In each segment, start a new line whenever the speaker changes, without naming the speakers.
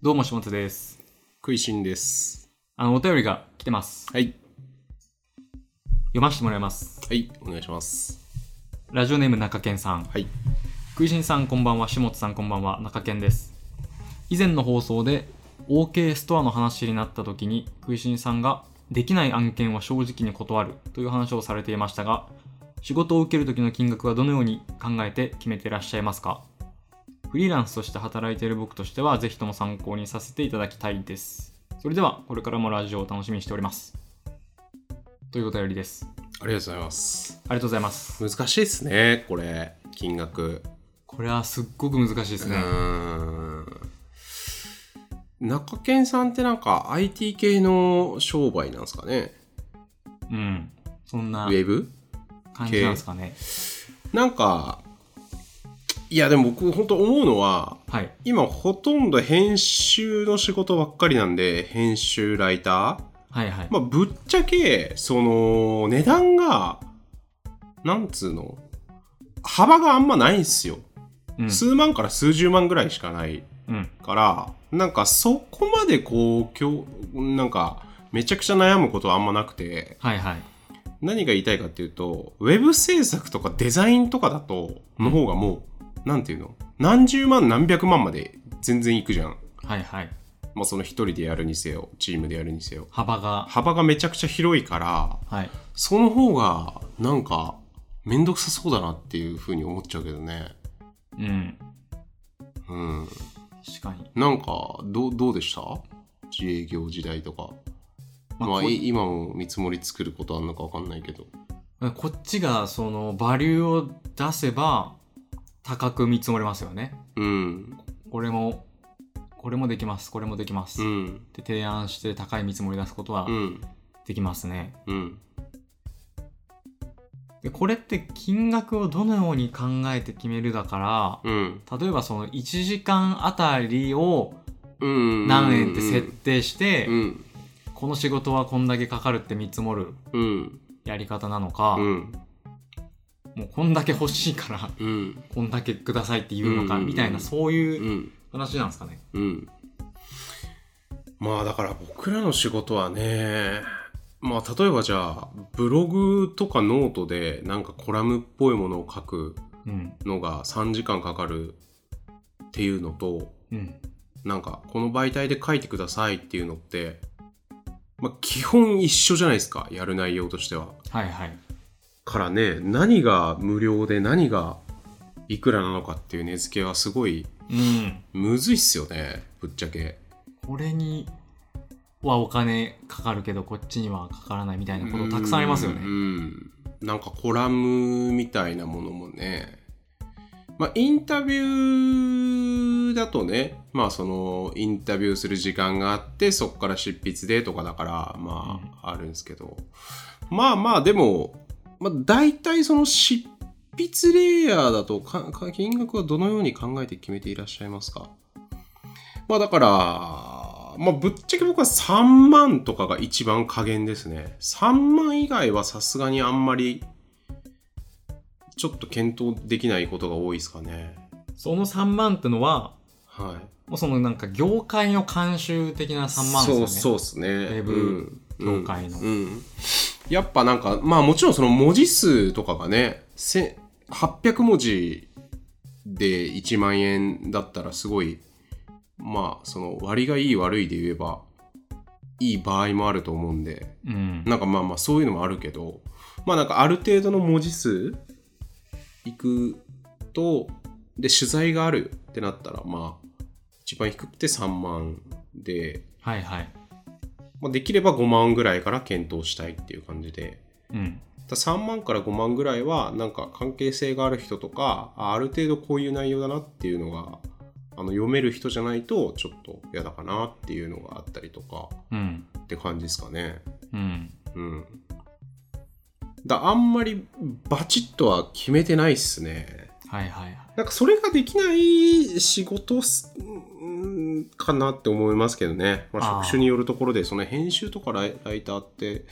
どうも、下本です。
食いしんです。
あの、お便りが来てます。
はい。
読ませてもらいます。
はい。お願いします。
ラジオネーム中堅さん。
はい。
食いしんさんこんばんは、下本さんこんばんは、中堅です。以前の放送で OK ストアの話になった時に、食いしんさんができない案件は正直に断るという話をされていましたが、仕事を受ける時の金額はどのように考えて決めていらっしゃいますかフリーランスとして働いている僕としては、ぜひとも参考にさせていただきたいです。それでは、これからもラジオを楽しみにしております。というお便りです。あ
ありがとうございます。
りがとうございます。
難しいですね、これ。金額。
これはすっごく難しいです
う
ね。
ーん。中堅さんってなんか IT 系の商売なんですかね
うん。そん
ウ
な。
ェブ
感じなんですかね。
なんか、いやでも僕本当思うのは、
はい。
今ほとんど編集の仕事ばっかりなんで、編集ライター
はいはい。
まあ、ぶっちゃけ、その、値段が、なんつうの、幅があんまないんすよ。
うん。
数万から数十万ぐらいしかない
うん。
から、なんかそこまでこう、きょなんか、めちゃくちゃ悩むことはあんまなくて、
はいはい。
何が言いたいかっていうと、ウェブ制作とかデザインとかだと、の方がもう、なんていうの、何十万何百万まで全然いくじゃん。
はいはい。
まあ、その一人でやるにせよ、チームでやるにせよ。
幅が。
幅がめちゃくちゃ広いから、
はい。
その方がなんかめんどくさそうだなっていうふうに思っちゃうけどね
うん。
うん
確かに。
なんかどうどうでした自営業時代とか
まあ
まあ
こ
い今も見積もり作ることあんのかわかんないけど
こっちが、その、バリューを出せば、高く見積もれますよね。
うん
これも、これもできます。これもできます。
う
っ
ん
て提案して高い見積もり出すことは
うん
できますね。
うん
で、これって金額をどのように考えて決めるだか
うん
ら、例えばその1時間あたりを
うん
何円って設定して、
うん
この仕事はこんだけかかるって見積もる
うん
やり方なのか、
うん
もうこんだけ欲しいから
うん
こんだけくださいって言うのか
うんうんうん
みたいなそういううん話なんですかね。
うん。まあだから僕らの仕事はね、まあ例えばじゃあブログとかノートでなんかコラムっぽいものを書く
うん。
のが3時間かかるっていうのと、
うん。
なんかこの媒体で書いてくださいっていうのって、まあ基本一緒じゃないですか、やる内容としては。
はいはい。
からね、何が無料で何がいくらなのかっていう値付けはすごい
うん。
むずいっすよね、ぶっちゃけ。
これにはお金かかるけどこっちにはかからないみたいなことたくさんありますよ
う
ね。
ん。なんかコラムみたいなものもね。まあ、インタビューだとね、まあ、その、インタビューする時間があって、そこから執筆でとかだから、まあ、あるんですけど。まあまあ、でも、まあ、大体その執筆レイヤーだとか、か金額はどのように考えて決めていらっしゃいますかまあだから、まあぶっちゃけ僕は3万とかが一番加減ですね。3万以外はさすがにあんまり、ちょっと検討できないことが多いですかね。
その3万ってのは
はい。
もうそのなんか業界の慣習的な3万ですよね。
そうそうですね。ウ
ェブ業界の
うんうんやっぱなんか、まあもちろんその文字数とかがね、せ800文字で1万円だったらすごい、まあその割がいい悪いで言えば、いい場合もあると思うんで、
うん。
なんかまあまあそういうのもあるけど、まあなんかある程度の文字数いくと、で、取材があるってなったら、まあ、一番低くて3万で、
はいはい。
まあ、できれば5万ぐらいから検討したいっていう感じで。
うん。
だ3万から5万ぐらいは、なんか関係性がある人とか、あある程度こういう内容だなっていうのが、あの読める人じゃないと、ちょっと嫌だかなっていうのがあったりとか
うん。
って感じですかね。
うん。
うん。だあんまりバチッとは決めてないっすね。
はいはい。
なんかそれができない仕事っすうんかなって思いますけどね、ま
あー
あ、職種によるところでその編集とかライライターって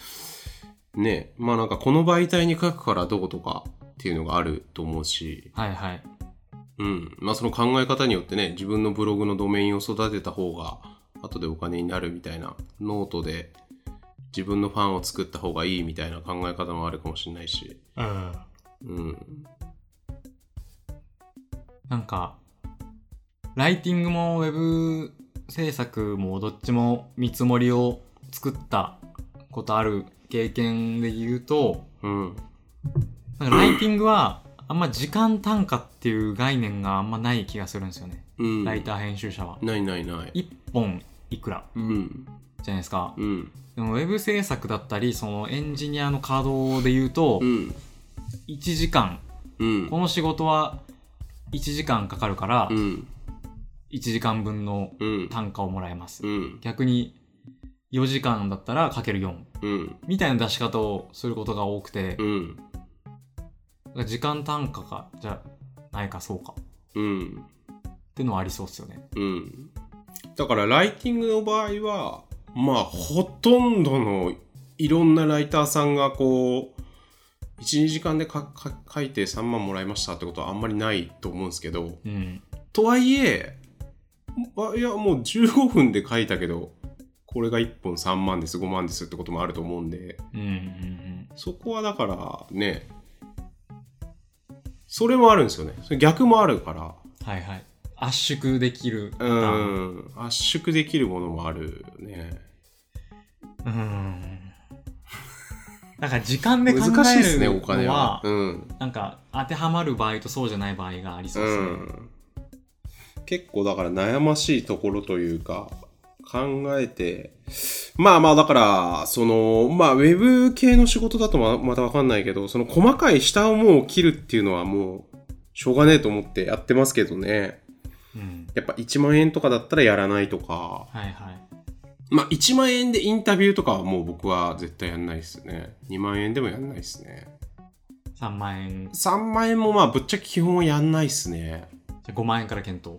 ねまあなんかこの媒体に書くからどうとかっていうのがあると思うし、
はいはい。
うん。まあその考え方によってね、自分のブログのドメインを育てた方が、後でお金になるみたいな、ノートで自分のファンを作った方がいいみたいな考え方もあるかもしれないし。
うん。
うん。
なんか、ライティングもウェブ制作もどっちも見積もりを作ったことある経験で言うと、
うん。
なんかライティングはあんま時間単価っていう概念があんまない気がするんですよね。
うん。
ライター編集者は。
ないないない。
1本いくら
うん。
じゃないですか。
うん。
でもウェブ制作だったり、そのエンジニアの稼働で言うと
う、ん。
1時間。
うん
こ。の仕事は1時間かかるから
う、ん。
1時間分の
うん。
単価をもらえます
う。ん。
逆に4時間だったらかける4
うん。
みたいな出し方をすることが多くて
う、ん。
時間単価かじゃないかそうかっ
うん。
ていうのはありそうですよね。
うん。だからライティングの場合は、まあほとんどのいろんなライターさんがこう、1、2時間でかか書いて3万もらいましたってことはあんまりないと思うんですけど、
うん。
とはいえ、あいやもう15分で書いたけど、これが1本3万です、5万ですってこともあると思うんで、
うんうんうん。
そこはだからね、それもあるんですよね。それ逆もあるから、
はいはい。圧縮できる。
うん、圧縮できるものもあるね。
うん。だから時間で考えるの
難
は
しいですね、お金は。うん。
なんか当てはまる場合とそうじゃない場合がありそうですね。
うん結構だから悩ましいところというか、考えて、まあまあだから、その、まあウェブ系の仕事だとままたわかんないけど、その細かい下をもう切るっていうのはもう、しょうがねえと思ってやってますけどね。
うん。
やっぱ1万円とかだったらやらないと
は
か、
いはい。
まあ1万円でインタビューとかはもう僕は絶対やんないですね。2万円でもやんないですね。
3万円、じ
3万円もまあぶっちゃけ基本はやんないっすね
ゃ5万円から検討。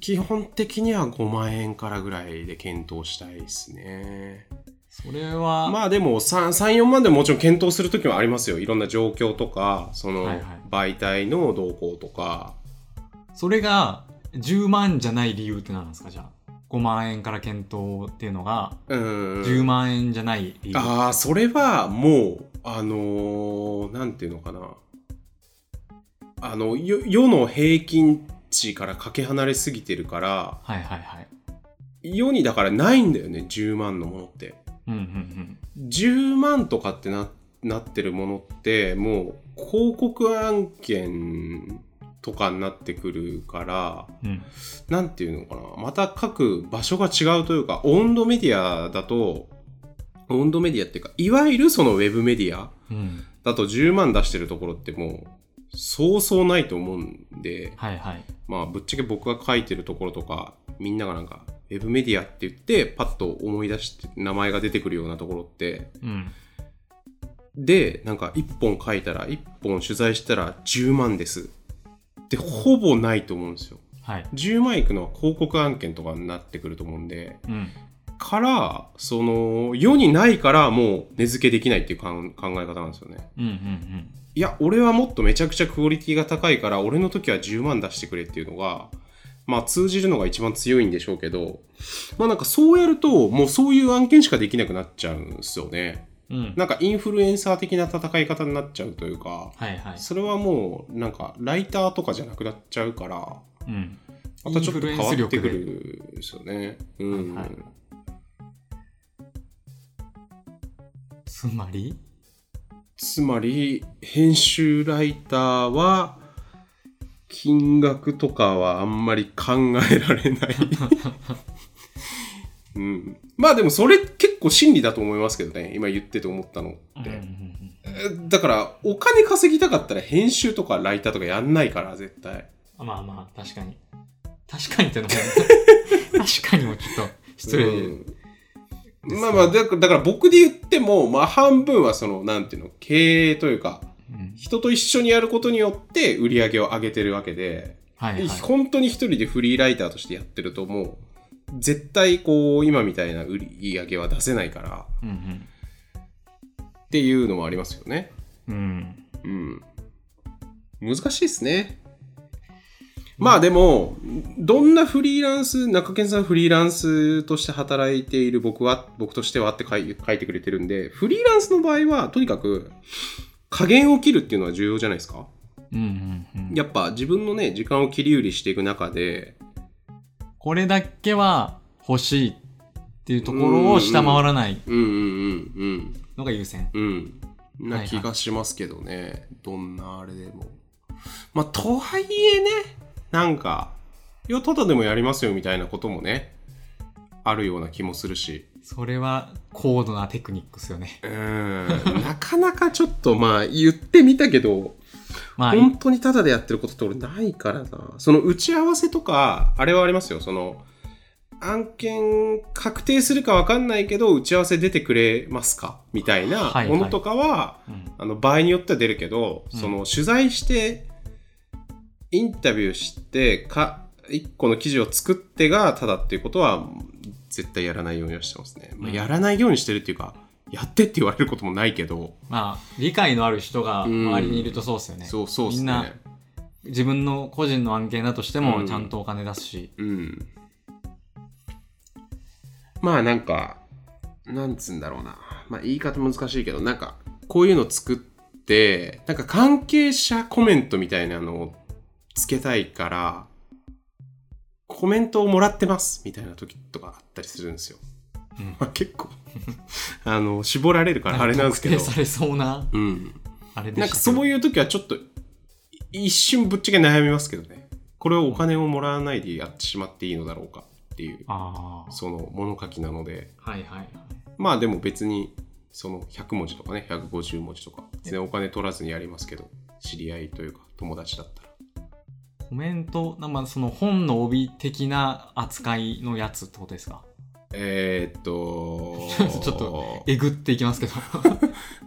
基本的には5万円からぐらいで検討したいっすね
それは、
まあでも34万でももちろん検討する時もありますよいろんな状況とかその
はいはい
媒体の動向とか
それが10万じゃない理由って何なんですかじゃあ5万円から検討っていうのが
うん
10万円じゃない理由、
ああそれはもうあのーなんていうのかなあのよ世の平均値からかけ離れすぎてるから
はいはいはい
世にだからないんだよね10万のものって
うんうん
10万とかってななってるものってもう広告案件とかになってくるから
うんうん
何ていうのかなまた各場所が違うというかオンドメディアだとオンドメディアっていうかいわゆるそのウェブメディア
うん
だと10万出してるところってもうそうそうないと思うんで
はいはい
まあぶっちゃけ僕が書いてるところとかみんながなんかウェブメディアって言ってパッと思い出して名前が出てくるようなところって
うん
で、なんか1本書いたら、1本取材したら10万です。ってほぼないと思うんですよ。
はい
10万いくのは広告案件とかになってくると思うんで、
うん
から、その、世にないからもう値付けできないっていうかん考え方なんですよね。
うんうんうん
いや、俺はもっとめちゃくちゃクオリティが高いから、俺の時は10万出してくれっていうのが、まあ通じるのが一番強いんでしょうけど、まあなんかそうやると、もうそういう案件しかできなくなっちゃうんですよね。
うん
なんかインフルエンサー的な戦い方になっちゃうというか、
はいはい
それはもうなんかライターとかじゃなくなっちゃうから、ま
うん
たちょっと変わってく
インフルエンス
るんですよね。うん。
はいはいつまり
つまり、編集ライターは、金額とかはあんまり考えられない。 うん、まあでもそれ結構真理だと思いますけどね今言ってて思ったの
うん
っ
う
て、
んうん
だから、お金稼ぎたかったら編集とかライターとかやんないから、絶対。
うんまあまあ確かに確かにってのも 確かにもちょっと失礼、
うんまあまあだから、だから僕で言っても、まあ半分はその、なんていうの、経営というか、
うん
人と一緒にやることによって売り上げを上げてるわけで、
はいはい
本当に一人でフリーライターとしてやってるともう、絶対こう、今みたいな売り上げは出せないから、
うん
っていうのもありますよね。
うんうん
うん。難しいですね。まあでも、どんなフリーランス、中堅さんフリーランスとして働いている僕は、僕としてはって書い書いてくれてるんで、フリーランスの場合は、とにかく、加減を切るっていうのは重要じゃないですか。
うんうんうん、
やっぱ自分のね、時間を切り売りしていく中で、
これだけは欲しいっていうところを下回らない
うんうんうん
のが優先。
うん。う
は
ん。
いは
ない気がしますけどね。どんなあれでも。まあ、とはいえね、なんか、いや、ただでもやりますよみたいなこともね、あるような気もするし。
それは高度なテクニックですよね。
うーんなかなかちょっとまあ言ってみたけど、
まあ、
本当にタダでやってることって俺ないからな。その打ち合わせとか、あれはありますよ。その、案件確定するかわかんないけど、打ち合わせ出てくれますかみたいな
はいはい
ものとかは、
うん
あの場合によっては出るけど、
うん
その取材して、インタビューして、か、一個の記事を作ってがタダっていうことは、絶対やらないようにはしてますね。まあ
うん
やらないようにしてるっていうか、やってって言われることもないけど、
まあ、理解のある人が
うん
周りにいるとそうですよね。
そうそうで
み
す
んな
ね。
自分の個人の案件だとして
う
も
ん
ちゃんとお金出すし、
うん。まあなんか、なんつうんだろうな。まあ言い方難しいけど、なんか、こういうの作って、なんか関係者コメントみたいなのをつけたいから、コメントをもらってますみたいな時とかあったりするんですよ。
うん
まあ結構、あの、絞られるからあれなんですけど
特定。されそうな
うん。
あれで
なん
し
か
た
そう
い
いう時はちょっとい一瞬ぶっちゃけ悩みますけどね。これをお金をもらわないでやってしまっていいのだろうかっていう、
あ
その物書きなので。
あはいはい
まあでも別に、その100文字とかね、150文字とか、全然お金取らずにやりますけど、知り合いというか友達だったら。
コメントなんかその本の帯的な扱いのやつってことですか
えー、っと
、ちょっとえぐっていき ますけど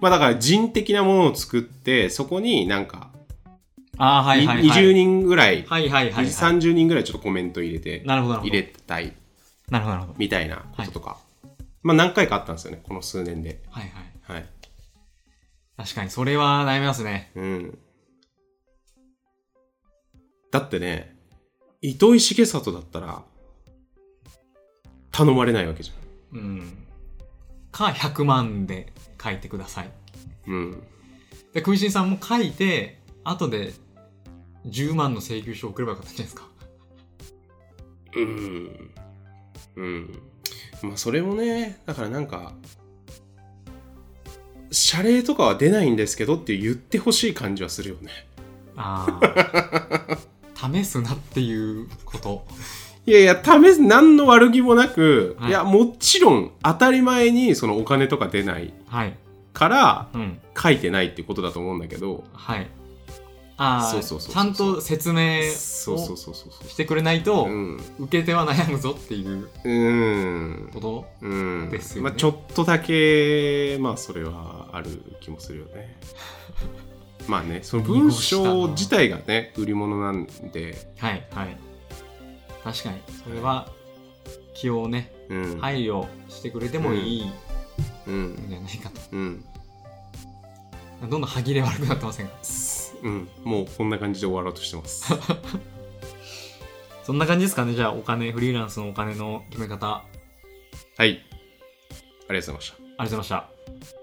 まあだから人的なものを作って、そこになんか、
ああはいはいはい
20人ぐらい、
はいはいはい、はい、
30人ぐらいちょっとコメント入れて、
なるほどなるほ
入
ど
れたい
なるほどなるほど
みたいなこととか、まあ何回かあったんですよね、この数年で。
はいはい
はい。
確かにそれは悩みますね
うん。だってね、糸井重里だったら、頼まれないわけじ
うんか100万で書いてください
ゃん。うん。
で食いしんさんも書いて後で10万の請求書を送ればよかったんじゃないですか
うん。うん。まあ、それもね、だからなんか、謝礼とかは出ないんですけどって言ってほしい感じはするよね。
ああ 試すなっていうこと
いやいや、試す、何の悪気もなく、
はい
い、や、もちろん当たり前にそのお金とか出ない
はい
から
うん
書いてないってことだと思うんだけど、
はいああ
そうそうそうそう
ちゃんと説明
そうそ
を
うそうそうそう。
してくれないと
うん。う
受け手は悩むぞっていう
ーん。
こと
うん。
ですよね
まあ、ちょっとだけ、まあ、それはある気もするよ ね。まあね、その文章自体がね、売り物なんで、
はいはい確かにそれは気をね
うん。い。
配慮してくれてもいいん
うん。
じゃないかと
うん。
どんどん歯切れ悪くなってませんか
すうん。もうこんな感じで終わろうとして ます。
そんな感じですかねじゃあお金フリーランスのお金の決め方ありがと
はい。ありがとうございました。
うございました